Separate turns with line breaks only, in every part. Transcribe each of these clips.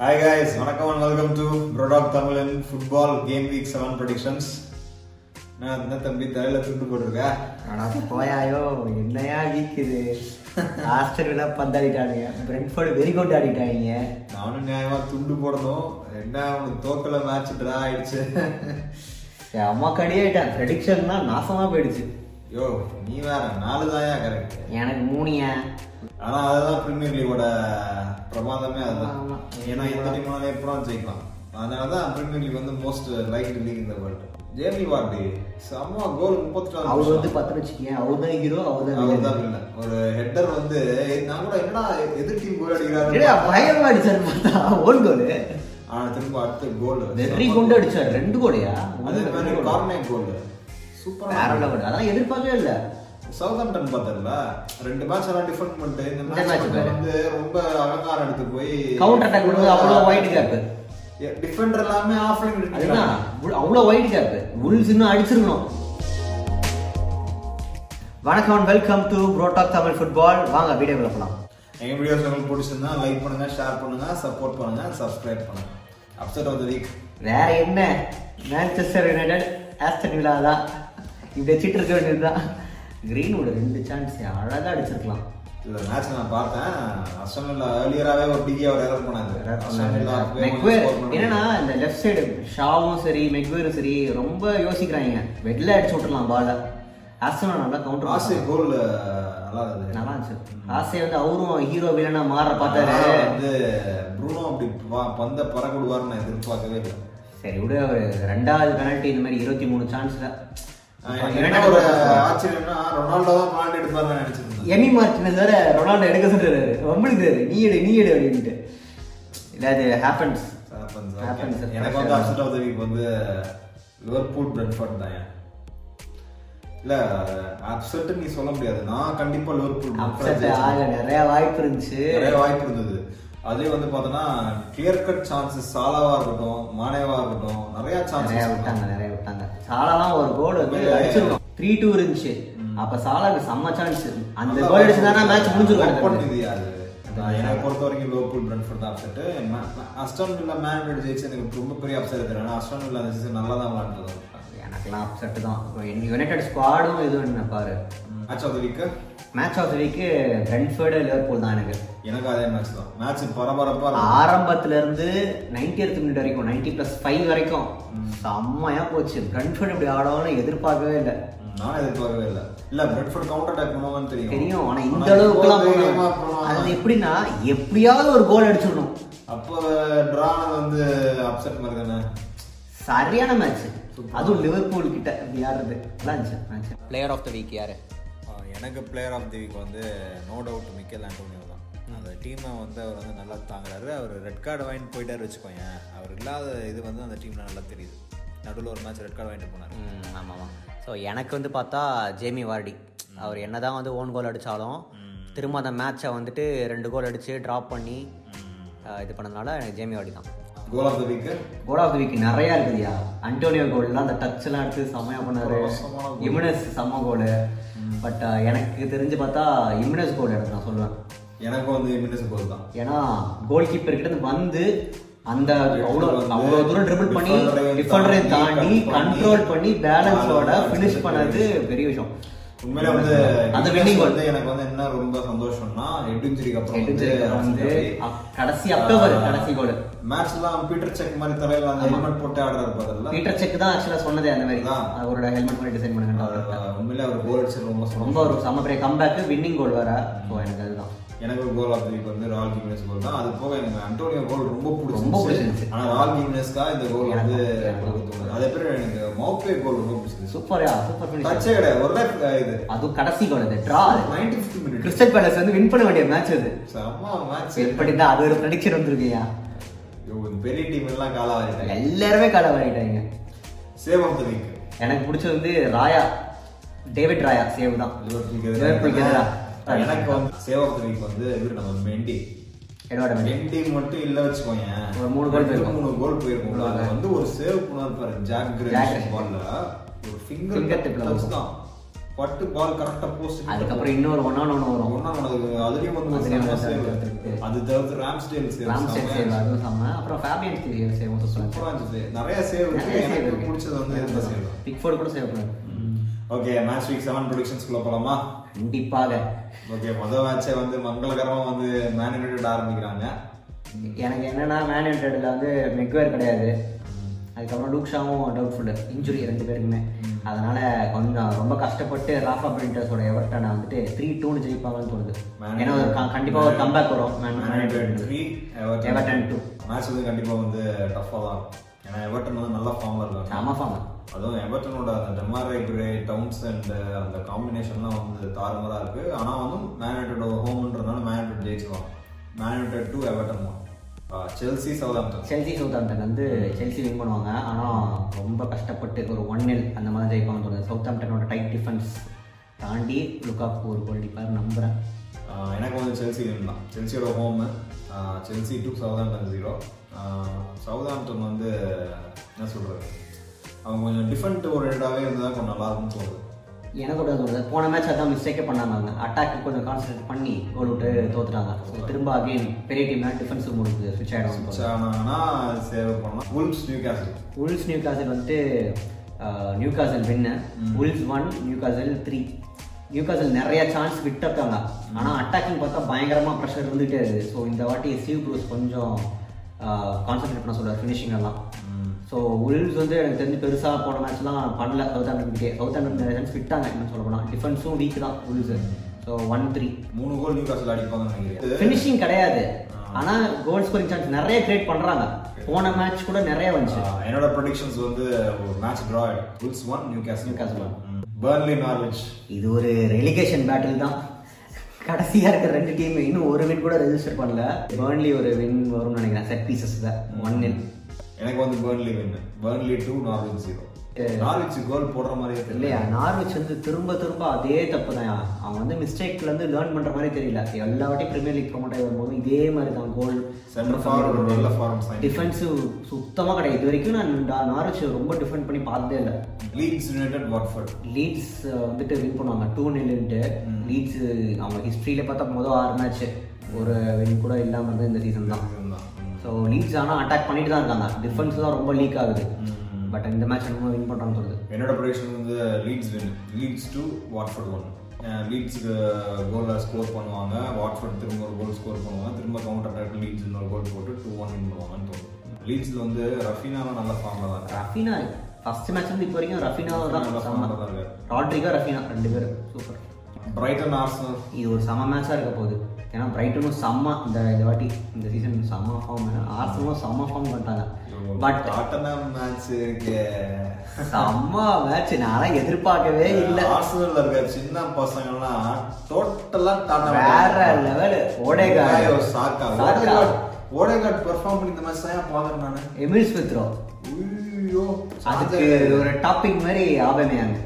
Hi guys வணக்கம் and welcome to Protalk Tamizhan football game week seven productions நான் என்ன தம்பி தலையில துண்டு போட்டிருக்க
ஆனா போயாயோ என்னையா வீக்குது ஆஸ்திரேலியா பந்தாடிட்டானுங்க பிரெண்ட்ஃபோர்டு வெறி குட் ஆடிட்டாங்க
நானும் நியாயமா துண்டு போடணும் என்ன உனக்கு தோக்கல மேட்ச் ட்ரா ஆயிடுச்சு
என் அம்மா கடி ஆயிட்டான் ப்ரெடிக்ஷன்னா நாசமா போயிடுச்சு
யோ நீ வேற நாலு தாயா கரெக்ட்
எனக்கு மூணியா
ஆனா அதுதான் பிரீமியர் லீகோட பிரமாதமே அதுதான்
ஆமா.
ஏன்னா எந்த டீம்னால எப்படா ஜெயிக்கலாம் அதனால தான் பிரீமியர் லீக் வந்து மோஸ்ட் லைக் லீக் இந்த வேர்ல்டு ஜேமி வார்டி செம்ம கோல் முப்பத்தி
அவர்
நாலு
வந்து பத்து வச்சுக்கேன் அவர் தான் ஹீரோ அவர் தான்
அவர்
villain.
தான் வில்லன். ஒரு ஹெட்டர் வந்து நான் கூட என்னடா எதிர் டீம் கோல்
என்னடா,
அடிக்கிறாரு
பயங்கரமா அடிச்சாரு பார்த்தா ஓன் கோலு
ஆனா திரும்ப அடுத்த கோல்
வெறி குண்டு அடிச்சாரு ரெண்டு கோடையா
அதே மாதிரி கார்னர் கோல் சூப்பரா
வேற level. அதெல்லாம் எதிர்பார்க்கவே இல்ல
சவுதாம்டன் பார்த்தல ரெண்டு மேட்ச் எல்லாம் டிஃபெண்ட் பண்ணிட்டு இந்த
இந்த match
மேட்ச்
பாரு.
வந்து ரொம்ப அகங்காரம் எடுத்து போய்
கவுண்டர் அட்டாக் பண்ணும்போது அவ்வளோ ஒயிட் கேப்
டிஃபெண்டர் எல்லாமே ஆஃப் லைன்
அதுதான் அவ்வளோ ஒயிட் கேப் உள் சின்ன அடிச்சிருக்கணும் வணக்கம் and welcome to புரோடாக் Tamil football வாங்க வீடியோ போகலாம்
எங்க வீடியோஸ் உங்களுக்கு பிடிச்சிருந்தா லைக் பண்ணுங்க ஷேர் பண்ணுங்க சப்போர்ட் பண்ணுங்க சப்ஸ்கிரைப் பண்ணுங்க அப்செட் ஆஃப் த வீக்
வேற என்ன மேன்செஸ்டர் யுனைடெட் ஆஸ்டன் விழா தான் இப்படி வச்சுட்டு இருக்க வேண்டியதுதான் கிரீன்வுட் ரெண்டு சான்ஸ் அழகா அடிச்சிருக்கலாம்
இந்த மேட்ச் நான் பார்த்தேன் அஸ்டமில்லா ஏர்லியராகவே ஒரு டிகி அவர் எரர் பண்ணாங்க அஸ்டமில்லா
மெக்வேர் என்னன்னா இந்த லெஃப்ட் சைடு ஷாவும் சரி மெக்வேரும் சரி ரொம்ப யோசிக்கிறாங்க வெள்ள அடிச்சு விட்டுறலாம் பால ஆஸ்டன் நல்லா கவுண்டர்
ஆசை கோல் நல்லா இருந்தது
நல்லா இருந்துச்சு ஆசை வந்து அவரும் ஹீரோ வில்லனா மாற
ஆனா
பார்த்தாரு
வந்து ப்ரூனோ அப்படி ப- பந்த பறக்கூடுவார்னு நான் எதிர்பார்க்கவே இல்லை
சரி விட ரெண்டாவது பெனல்ட்டி இந்த மாதிரி இருபத்தி மூணு சான்ஸ்ல
ஆஹ் என்ன ஒரு ஆச்சரியம்னா ரொனால்டோ தான் பிளான் எடுப்பாருன்னு நினைச்சிருந்தேன்
எமி மார்டினஸ் வேற ரொனால்டோ எடுக்க சொல்றாரு வம்பளுக்கு நீ எடு நீ எடு அப்படின்ட்டு இல்ல அது happens
Happens,
Happens,
okay.
sir.
எனக்கு வந்து அப்செட் ஆஃப் த வீக் வந்து லிவர்பூல் பிரெட்ஃபர்ட் தான் ஏன். இல்ல அப்செட் நீ சொல்ல முடியாது நான் கண்டிப்பா லிவர்பூல் Brentford
அப்செட் ஆக நிறைய வாய்ப்பு இருந்துச்சு
நிறைய வாய்ப்பு இருந்தது அதே வந்து பார்த்தோன்னா கிளியர் கட் சான்சஸ் சாலாவா இருக்கட்டும் மானேவா இருக்கட்டும் நிறைய
நிறைய
சான்சஸ்
விட்டாங்க நிறைய விட்டாங்க சாலாலாம் ஒரு கோல் வந்து அடிச்சிருக்கோம் த்ரீ டூ இருந்துச்சு அப்ப சாலாக்கு செம்ம சான்ஸ் அந்த கோல் அடிச்சுதானா மேட்ச் முடிஞ்சிருக்காங்க
முடிஞ்சிருக்கு அது நான் என்னை பொறுத்த வரைக்கும் லோபூல் பிரன்ஃபோர்ட் தான் அப்செட் அஸ்டன் வில்லா மேன் ஜெயிச்சு எனக்கு ரொம்ப பெரிய அப்செட் தெரியும் ஆனால் அஸ்டன் வில்லா அந்த சீசன் நல்லா தான் விளாண்டுது
எனக்கெல்லாம் அப்செட் தான் யுனைடெட் ஸ்குவாடும் இதுவும் என்ன பாரு
match of the week
match of the week Brentford Liverpool தான் எனக்கு
எனக்கு அதே மேட்ச் தான் மேட்ச் பரபரப்பா இருக்கும்
ஆரம்பத்துல இருந்து நைன்டி எய்த் மினிட் வரைக்கும் நைன்டி பிளஸ் ஃபைவ் வரைக்கும் செம்மையா போச்சு பிரெண்ட்ஃபர்ட் இப்படி ஆடுவாங்கன்னு எதிர்பார்க்கவே இல்லை
ம், நான் எதிர்பார்க்கவே இல்லை இல்ல பிரெட்ஃபோர்ட் கவுண்டர் அட்டாக் பண்ணுவான்னு தெரியும்
தெரியும் ஆனா இந்த
ஆனா
அளவுக்குலாம்
இவ்வளவு தைரியமா
போனாங்க.
பண்ணுவாங்க.
அது எப்படின்னா எப்படியாவது ஒரு கோல் அடிச்சிடணும்
அப்போ டிரான வந்து அப்செட் மாதிரி தானே
சரியான மேட்ச் அதுவும் லிவர்பூல் கிட்ட விளையாடுறது நல்லா இருந்துச்சு match player of the week யாரு
ஆ, எனக்கு பிளேயர் ஆஃப் தி வீக் வந்து நோ டவுட் மிக்கேல் ஆண்டோனியோ தான் அந்த டீமை வந்து அவர் வந்து நல்லா தாங்குறாரு அவர் ரெட் கார்டு வாங்கிட்டு போயிட்டாரு வச்சுக்கோங்க அவர் இல்லாத இது வந்து அந்த டீம்ல நல்லா தெரியுது நடுவில் ஒரு மேட்ச் ரெட் கார்டு வாங்கிட்டு போனார்
ஆமாம் ஸோ எனக்கு வந்து பார்த்தா ஜேமி வார்டி அவர் என்னதான் வந்து ஓன் கோல் அடித்தாலும் திரும்ப அந்த மேட்சை வந்துட்டு ரெண்டு கோல் அடித்து ட்ராப் பண்ணி அஹ், இது பண்ணதுனால எனக்கு ஜேமி வார்டி தான்
goal of the week
goal of week நிறையா இருக்குதுயா அண்டோனியோ கோல்லாம் அந்த டச்லாம் எடுத்து செம்மையா பண்ணாரு
மோசமான goal.
இம்னஸ் செம்ம கோல் பட் எனக்கு தெரிஞ்சு பார்த்தா இம்னஸ் கோல் எடுத்து நான் சொல்லுவேன்
எனக்கும் வந்து மின்னஸ் கோல் தான்
ஏன்னா கோல் கீப்பர் கிட்ட இருந்து வந்து அந்த அவ்வளோ
வந்து
அவ்வளோ தூரம் ட்ரிபிள் பண்ணி
defender ஐயும்
டிஃபண்டரை
தாண்டி,
தாண்டி
cut
கண்ட்ரோல்
பண்ணி,
பண்ணி பேலன்ஸோட
balance
ஃபினிஷ்
பண்ணி
பண்ணது பெரிய விஷயம்
உண்மையில வந்து
அந்த
Minnes
winning goal.
வந்து எனக்கு வந்து என்ன ரொம்ப சந்தோஷம்னா ஹெட் இன்ஜுரிக்கு அப்புறம்
எடுத்து
வந்து
வந்து
அப்செட்
அப்- கடைசி அக்டோபர் கடைசி கோல்
மேட்ச்லாம் பீட்டர் செக் மாதிரி தலையில அந்த ஹெல்மெட் போட்டு ஆடுறாரு பாருல்ல
பீட்டர் செக் தான் ஆக்சுவலாக சொன்னதே அந்த மாதிரி
அதான்.
அவரோட ஹெல்மெட் மாதிரி டிசைன் பண்ணுங்க
உண்மையிலே அவர் கோல் அடிச்சது ரொம்ப
ரொம்ப ஒரு செம பெரிய கம்பேக்கு வின்னிங் கோல் வேற ஸோ எனக்கு அதுதான்
எனக்கு கோல் ஆஃப் தி வீக் வந்து ரால் கிம்னஸ் கோல் தான் அது போக எனக்கு அண்டோனியோ கோல் ரொம்ப பிடிச்சிருந்துச்சு
ரொம்ப பிடிச்சிருந்துச்சு.
ஆனா ரால் கிம்னஸ்க்கா இந்த கோல் வந்து
எனக்கு
கொடுத்தது அதே பேர் எனக்கு மௌப்பே கோல் ரொம்ப பிடிச்சிருந்துச்சு
சூப்பரா சூப்பர் ஃபினிஷ்
டச்சே கிடையாது ஒரு தான் இது
அதுவும் கடைசி கோல் அது draw
ninety fifty minute
Crystal Palace வந்து வின் பண்ண வேண்டிய மேட்ச் அது
செம்ம மேட்ச்
எப்படி தான் அது ஒரு ப்ரெடிக்ஷன் வந்திருக்கியா
பெரிய டீம் எல்லாம் காலாவாயிட்டாங்க
எல்லாருமே காலை வாங்கிட்டாங்க
சேவ் ஆஃப் த வீக்
எனக்கு பிடிச்சது வந்து ராயா டேவிட் ராயா சேவ் தான் Liverpool க்கு எதிரா.
எனக்கு வந்து சேவ் ஆஃப் த வீக் வந்து இவர் நம்ம மெண்டி
என்னோட match.
ரெண்டு மட்டும் இல்ல வச்சுக்கோங்க
ஒரு மூணு goal போயிருக்கும்.
மூணு கோல் போயிருக்கும் அது வந்து ஒரு சேவ் பண்ணாரு பாரு ஜாக்
Jack Grealish.
கிரேஷ் பால்ல ஒரு ஃபிங்கர்
Finger tip ல
டச் தான் பட்டு பால் கரெக்டாக போஸ்ட்
அதுக்கப்புறம் இன்னொரு ஒன் ஆன் ஒன்று வரும்
ஒன்றா உனக்கு அதுலேயும் வந்து ஒரு
அதுலயும்
famous
வந்து
save
இருக்கு.
அது தவிர்த்து Ramsdale save
Ram save save அதுவும் செம்ம அப்புறம் ஃபேபியன் சேவ் சேவும் சொல்லுவாங்க
நிறைய சேவ் இருக்கு
நிறைய save
எனக்கு
இருக்கு.
பிடிச்சது வந்து இந்த சேவ்
பிக்ஃபோர்டு கூட சேவ் பண்ணுவேன்
ஓகே மேட்ச் வீக் செவன் ப்ரொடிக்ஷன்ஸ்குள்ளே போகலாமா
கண்டிப்பாக
ஓகே முதல் மேட்சே வந்து மங்களகரமாக வந்து மேன் யுனைடெட் ஆரம்பிக்கிறாங்க
எனக்கு என்னன்னா மேன் யுனைடெட்ல வந்து மெக்வேர் கிடையாது அதுக்கப்புறம் லூக்ஷாவும் டவுட்ஃபுல்லு இன்ஜுரி ரெண்டு பேருக்குமே அதனால கொஞ்சம் ரொம்ப கஷ்டப்பட்டு ராஃபா பிரிண்டர்ஸோட எவர்ட்டனை வந்துட்டு த்ரீ டூன்னு ஜெயிப்பாங்கன்னு தோணுது
Man
ஏன்னா ஒரு க- கண்டிப்பா ஒரு கம்பேக் வரும் Man- Man
man United
United.
Three
Everton two.
Match வந்து கண்டிப்பாக வந்து டஃப்பாக தான் இருக்கும். ஏன்னா எவர்டன் வந்து நல்ல ஃபார்மில் இருக்காங்க
செம ஃபார்ம்
அதுவும் எவர்டனோட அந்த Demarai Gray Townsend and uh, அந்த காம்பினேஷன்லாம் வந்து தாறுமாறாக இருக்குது ஆனால் வந்து மேனேட்டோட ஹோம்ன்றதுனால மேனேட்டட் ஜெயிச்சிருவாங்க மேனேட்டட் டூ எவர்டன் தான் செல்சி சவுதாம்டன்
செல்சி சவுத்தாம்டன் வந்து செல்சி வின் பண்ணுவாங்க ஆனால் ரொம்ப கஷ்டப்பட்டு ஒரு ஒன் எல் அந்த மாதிரி ஜெயிப்பாங்கன்னு தோணுது சவுத்தாம்டனோட டைட் டிஃபென்ஸ் தாண்டி லுக்காக்கு ஒரு கோல் அடிப்பார் நம்புறேன்
எனக்கு வந்து செல்சி வின் தான் செல்சியோட home Chelsea two Southampton zero Southampton வந்து என்ன சொல்கிறது அவங்க கொஞ்சம் டிஃபெண்ட் ஓரியன்டாகவே இருந்தால் கொஞ்சம் நல்லா இருக்கும்னு சொல்லுது
எனக்கு கூட தோணுது போன மேட்ச் அதான் மிஸ்டேக்கே பண்ணாங்க அவங்க அட்டாக்கு கொஞ்சம் கான்சன்ட்ரேட் பண்ணி கோல் விட்டு தோத்துட்டாங்க So, திரும்ப அகைன் பெரிய டீம்னா டிஃபென்ஸுக்கு முடிஞ்சு ஸ்விட்ச் ஆகிடும்
ஆனாங்கன்னா சேவ் பண்ணலாம் Wolves Newcastle
Wolves Newcastle வந்துட்டு Newcastle win Wolves one Newcastle three Newcastle நிறைய சான்ஸ் விட்டுருக்காங்க ஆனால் அட்டாக்கிங் பார்த்தா பயங்கரமாக ப்ரெஷர் இருந்துகிட்டே இருக்குது ஸோ இந்த வாட்டி ஸ்டீவ் ப்ரூஸ் கொஞ்சம் கான்சென்ட்ரேட் பண்ண சொல்கிறார் ஃபினிஷிங் எல்லாம் ஸோ உல்ஸ் வந்து எனக்கு தெரிஞ்சு பெருசாக போன மேட்ச்லாம் பண்ணல சவுத் ஆண்ட்ரன்கே சவுத் ஆண்ட்ரன் நிறைய சான்ஸ் விட்டாங்க என்ன சொல்ல போனால் டிஃபென்ஸும் வீக் தான் உல்ஸ் ஸோ ஒன் த்ரீ
மூணு கோல் நியூ கேசல் அடிப்பாங்கன்னு நினைக்கிறேன்
ஃபினிஷிங் கிடையாது ஆனால் கோல் ஸ்கோரிங் சான்ஸ் நிறைய கிரியேட் பண்ணுறாங்க போன மேட்ச் கூட நிறைய வந்துச்சு
ஆஹ் என்னோட ப்ரொடிக்ஷன்ஸ் வந்து match draw Wolves one Newcastle
Newcastle.
Burnley Norwich
இது ஒரு ரெலிகேஷன் பேட்டில் தான் கடைசியாக இருக்கிற ரெண்டு டீம் இன்னும் ஒரு வின் கூட ரெஜிஸ்டர் பண்ணல பேர்ன்லி ஒரு வின் வரும்னு நினைக்கிறேன் செட் பீசஸ் தான் ஒன் இன்
எனக்கு வந்து Burnley win Burnley two Norwich zero Norwich goal போடுற மாதிரியே தெரியல
இல்லையா நார்விச் வந்து திரும்ப திரும்ப அதே தப்பு தான் அவன் வந்து மிஸ்டேக்லேருந்து லேர்ன் பண்ணுற மாதிரி தெரியல எல்லா வாட்டியும் ப்ரீமியர் லீக் ப்ரொமோட் ஆகி வரும்போதும் இதே மாதிரி தான் கோல்
சென்டர் ஃபார்வர்ட் ஒரு நல்ல ஃபார்ம் சைன்
டிஃபென்சிவ் சுத்தமாக கிடையாது இது வரைக்கும் நான் நா- நார்விச் ரொம்ப டிஃபெண்ட் பண்ணி பார்த்ததே இல்லை
லீட்ஸ் யுனைடெட் வாட்ஃபர்ட்
லீட்ஸ் வந்துட்டு வின் பண்ணுவாங்க டூ நிலுன்ட்டு லீட்ஸ் அவங்க ஹிஸ்ட்ரியில் பார்த்தா மொதல் ஆறு மேட்ச் ஒரு வின் கூட இல்லாமல் இருந்தது இந்த சீசன் தான் ஸோ லீட்ஸ் ஆனால் அட்டாக் பண்ணிட்டு தான் இருக்காங்க டிஃபென்ஸ் தான் ரொம்ப லீக் ஆகுது பட் இந்த மேட்ச் நம்ம வின் பண்ணுறான்னு சொல்லுது
என்னோட ப்ரொடிக்ஷன் வந்து Leeds win Leeds two Watford one லீட்ஸுக்கு கோலில் ஸ்கோர் பண்ணுவாங்க வாட்ஃபர்ட் திரும்ப ஒரு கோல் ஸ்கோர் பண்ணுவாங்க திரும்ப கவுண்டர் அட்டாக் லீட்ஸ் இன்னொரு கோல் போட்டு டூ ஒன் வின் பண்ணுவாங்கன்னு தோணும் லீட்ஸில் வந்து ரஃபினாவும் நல்ல ஃபார்மில் தான் இருக்காங்க
ரஃபினா ஃபர்ஸ்ட் மேட்ச் வந்து இப்போ வரைக்கும் ரஃபினா
நல்ல
தான்
ஃபார்மில் தான் இருக்காரு
ராட்ரிகோ ரஃபினா ரெண்டு பேரும் சூப்பர்
பிரைட்டன் ஆர்சனல்
இது ஒரு செம மேட்சாக இருக்க போகுது ஏன்னா பிரைட்டனும் செம்ம இந்த இந்த வாட்டி இந்த சீசன் செம்ம ஃபார்ம் ஆர்சனும் செம்ம ஃபார்ம் பண்ணிட்டாங்க பட்
டாட்டனம் மேட்ச் இருக்கு
செம்ம மேட்ச் நான்லாம் எதிர்பார்க்கவே இல்லை
ஆர்சனல்ல இருக்க சின்ன பசங்கலாம் டோட்டலா
வேற லெவல் ஓடேகாய்
சாக்கா
சாக்கா.
ஓடேகார்ட் ஓடேகார்ட் பெர்ஃபார்ம் பண்ணி இந்த மேட்ச் தான் பாக்குறேன் நானு
எமில் ஸ்மித்ரோ
ஐயோ
அதுக்கு ஒரு டாபிக் மாதிரி ஆபமையாங்க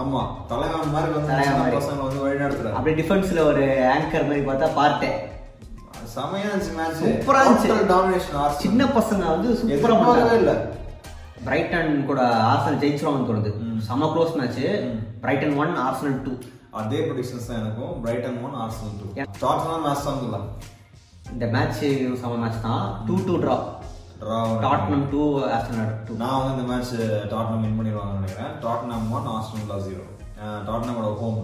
ஆமா தலைவன் மாதிரி வந்து
தலைவன்
சின்ன
மாதிரி.
பசங்க வந்து வழிநடத்துறாரு
அப்படியே டிஃபென்ஸ்ல ஒரு ஆங்கர் மாதிரி பார்த்தா பார்த்தேன்
செமையா இருந்துச்சு மேட்ச்
சூப்பரா இருந்துச்சு.
டாமினேஷன் ஆர்சனல்
சின்ன பசங்க வந்து சூப்பரா
எதிர்பார்க்கவே
பண்ணாங்க
இல்ல
பிரைட்டன் கூட ஆர்சனல் ஜெயிச்சிருவாங்கன்னு தோணுது செம close match Brighton one Arsenal two
அதே ப்ரொடிக்ஷன்ஸ் தான் எனக்கும் Brighton one Arsenal two Tottenham match தான் இருந்தலாம்
இந்த மேட்ச் செம மேட்ச் தான் two two draw
draw
Tottenham two ஆஸ்டனர் two
நான் வந்து இந்த மேட்ச் டாட்னம் வின் பண்ணிடுவாங்கன்னு நினைக்கிறேன் டாட்னம் ஒன் ஆஸ்டன்லா ஜீரோ டாட்னமோட ஹோம்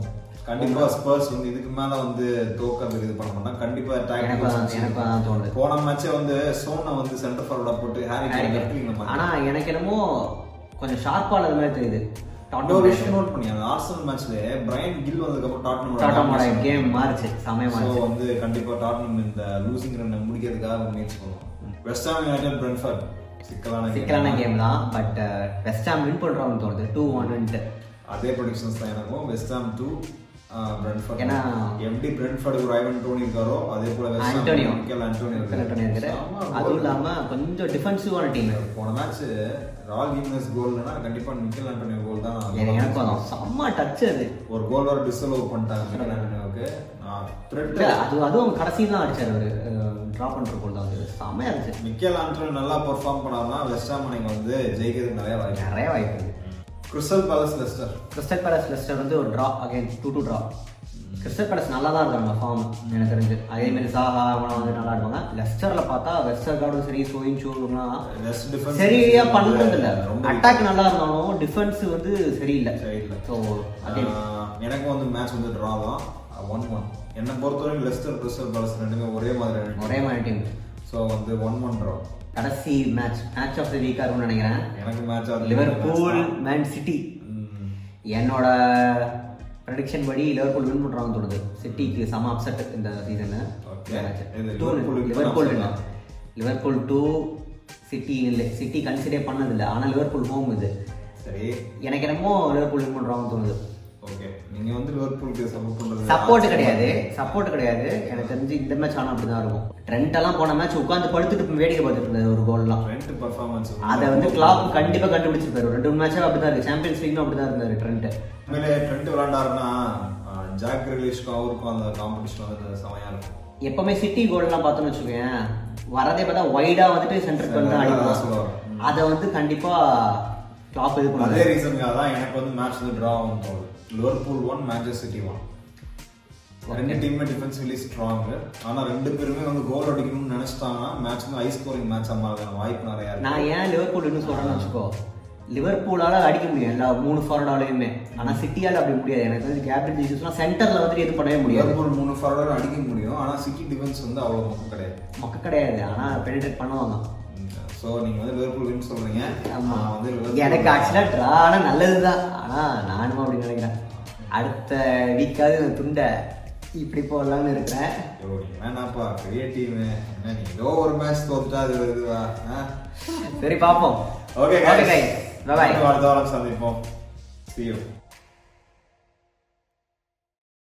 கண்டிப்பா ஸ்பர்ஸ் வந்து இதுக்கு மேல வந்து தோக்கறதுக்கு இது பண்ண மாட்டாங்க கண்டிப்பா
எனக்கு அதான்
டாக்டிக்
எனக்கு அதான் தோணுது
போன மேட்சே வந்து சோனா வந்து சென்டர் ஃபார்வர்டா போட்டு ஹாரி
Harry Kane. ஆனா எனக்கு என்னமோ கொஞ்சம் ஷார்ப்பாக இல்லாத மாதிரி தெரியுது
ஒரு
டாட்னம்
விஷயம் நோட் பண்ணி அந்த ஆர்சனல் மேட்ச்ல பிரையன் கில் வந்ததுக்கு அப்புறம்
டாட்டமோட
டாட்னம்
கேம் மாறிச்சு சமயம்
ஸோ
மாறிச்சு
வந்து கண்டிப்பா டாட்னம் இந்த லூசிங் ரன் முடிக்கிறதுக்காக முயற்சி பண்ணுவோம் வெஸ்ட் ஹாம் யுனைடெட் பிரென்ஃபர்ட் சிக்கலான
சிக்கலான கேம் தான் uh, but West Ham win பண்றவங்க தோணுது டூ ஒன்னுட்டு
அதே ப்ரொடிக்ஷன்ஸ் தான் எனக்கும் வெஸ்ட் ஹாம் டூ பிரென்ஃபர்ட்
ஏன்னா-
எப்படி பிரென்ஃபர்ட் ஒரு ஐவன் டோனி இருக்காரோ அதே போல West Ham
Antonio.
Michail Antonio
collector
இருக்காரு
இருக்கிற அதுவும் இல்லாம கொஞ்சம் டிஃபென்சிவான டீம்
போன மேட்ச் ரால் கிம்னஸ் கோல்னா கண்டிப்பா மிக்கேல் ஆண்டோனியோ கோல் தான்
எனக்கும் அதான் செம்ம டச் அது
ஒரு கோல் வர டிஸ்அலோவ் பண்ணிட்டாங்க மிக்கேல் ஆண்டோனியோவுக்கு த்ரெட்
இல்ல, அது அதுவும் அவங்க கடைசியில் தான் அடிச்சாரு அவரு ட்ராப் பண்ற போல் தான் அது செம்மையா இருந்துச்சு
மிக்கேல் ஆண்டோனியோ நல்லா பெர்ஃபார்ம் பண்ணாதான் வெஸ்ட் ஹாம் அன்னைக்கு வந்து ஜெயிக்கிறதுக்கு நிறைய வாய்ப்பு
நிறைய வாய்ப்பு இருக்கு
Crystal Palace Leicester
Crystal Palace Leicester வந்து ஒரு draw again two two draw Crystal Palace நல்லா தான் இருக்காங்க ஃபார்ம் எனக்கு தெரிஞ்சு அதே மாதிரி சாகா அவங்களாம் வந்து நல்லா இருப்பாங்க லெஸ்டர்ல பார்த்தா வெஸ்டர்கார்டும் சரி சோயின்சோ இவங்களாம்
லெஸ்ட் டிஃபென்ஸ்
சரியா பண்றது இல்ல
ரொம்ப
அட்டாக் நல்லா இருந்தாலும் டிஃபென்ஸ் வந்து சரியில்லை
சரியில்லை.
ஸோ அதே
ஆஹ், எனக்கும் வந்து மேட்ச் வந்து ட்ரா தான் ஒன் ஒன் என்னை பொறுத்தவரைக்கும் லெஸ்டர் கிறிஸ்டல் பேலஸ் ரெண்டுமே ஒரே மாதிரி
ஒரே மாதிரி டீம்
ஸோ வந்து ஒன் ஒன் ட்ரா
கடைசி மேட்ச் மேட்ச் ஆஃப் த வீக்கா இருக்கும்னு நினைக்கிறேன்
எனக்கு மேட்ச் ஆகுது
லிவர்பூல் மேன் சிட்டி
Mm.
என்னோட ப்ரெடிக்ஷன் படி லிவர்பூல் வின் பண்றாங்க தோணுது சிட்டிக்கு சம அப்செட் இந்த சீசன்ல
Okay. இது Liverpool win
லிவர்பூல்
பண்ணா.
லிவர்பூல் டூ சிட்டி இல்லை சிட்டி கன்சிடர் பண்ணது இல்லை ஆனால் லிவர்பூல் ஹோம் இது
சரி
எனக்கு என்னமோ லிவர்பூல் வின் பண்றாங்க தோணுது
ஓகே நீங்க வந்து லிவர்பூலுக்கு சப்போர்ட் பண்றது
சப்போர்ட் கிடையாது சப்போர்ட் கிடையாது எனக்கு தெரிஞ்சு இந்த மேட்ச் ஆனால் அப்படிதான் இருக்கும் ட்ரெண்ட் எல்லாம் போன மேட்ச் உட்காந்து படுத்துட்டு வேடிக்கை பார்த்துட்டு இருந்தது ஒரு கோல்லாம்
ரெண்டு பர்ஃபார்மன்ஸ்
அதை வந்து கிளாப் கண்டிப்பா கண்டுபிடிச்சிருப்பாரு ரெண்டு மூணு மேட்சாக அப்படிதான் இருக்கு சாம்பியன்ஸ் லீக்னு அப்படிதான் இருந்தாரு ட்ரெண்ட்
உண்மையிலே ட்ரெண்ட் விளாண்டாருன்னா ஜாக் ரிலீஷ்க்கும் அவருக்கும் அந்த காம்படிஷன் வந்து செமையா இருக்கும்
எப்பவுமே சிட்டி கோல்லாம் பார்த்தோம்னு வச்சுக்கோயேன் வரதே பார்த்தா வைடா வந்துட்டு சென்டர் பண்ணி தான்
அதான்
அடிப்பான்
சொல்லுவாங்க. ம்.
அதை வந்து கண்டிப்பா கிளாப் இது
அதே
பண்ணுவாரு
ரீசனுக்காக தான் எனக்கு வந்து மேட்ச் வந்து டிரா ஆகும் தோணுது Liverpool one Manchester City one ரெண்டு டீமுமே டிஃபென்சிவ்லி ஸ்ட்ராங் ஆனா ரெண்டு பேருமே வந்து கோல் அடிக்கணும்னு நினைச்சிட்டாங்கன்னா மேட்ச் வந்து ஹை ஸ்கோரிங் மேட்ச் மாறுற வாய்ப்பு நிறையா இருக்கு
நான் ஏன் லிவர்பூல் இன்னும் சொல்றேன்னு வச்சுக்கோ லிவர்பூலால அடிக்க முடியும் எல்லா மூணு ஃபார்வர்டாலையுமே ஆனா சிட்டியால அப்படி முடியாது எனக்கு வந்து கேப்டன் ஜீசஸ்லாம் சென்டர்ல வந்துட்டு எது பண்ணவே முடியாது
லிவர்பூல் மூணு ஃபார்வர்ட் அடிக்க முடியும் ஆனா சிட்டி டிஃபென்ஸ் வந்து அவ்வளோ மொத்தம் கிடையாது
மொக்க கிடையாது ஆனா பெனிட்ரேட் பண்ணுவாங்க
ஸோ நீங்க வந்து லிவர்பூல் win சொல்றீங்க
ஆமா
நான் வந்து லிவர்பூல்
எனக்கு ஆக்சுவலா ட்ரா ஆனா நல்லதுதான் ஆனா நானும் அப்படி நினைக்கிறேன் அடுத்த வீக்காவது இந்த துண்டை இப்படி போடலாம்னு இருக்கிறேன்
ஐயோ, நீங்க வேணாப்பா பெரிய டீம் என்ன நீங்க ஏதோ ஒரு மேட்ச் தோத்துட்டா அது ஒரு இதுவா
சரி பார்ப்போம்
ஓகே
ஓகே பாய் பாய்
அடுத்த வாரம் சந்திப்போம் see you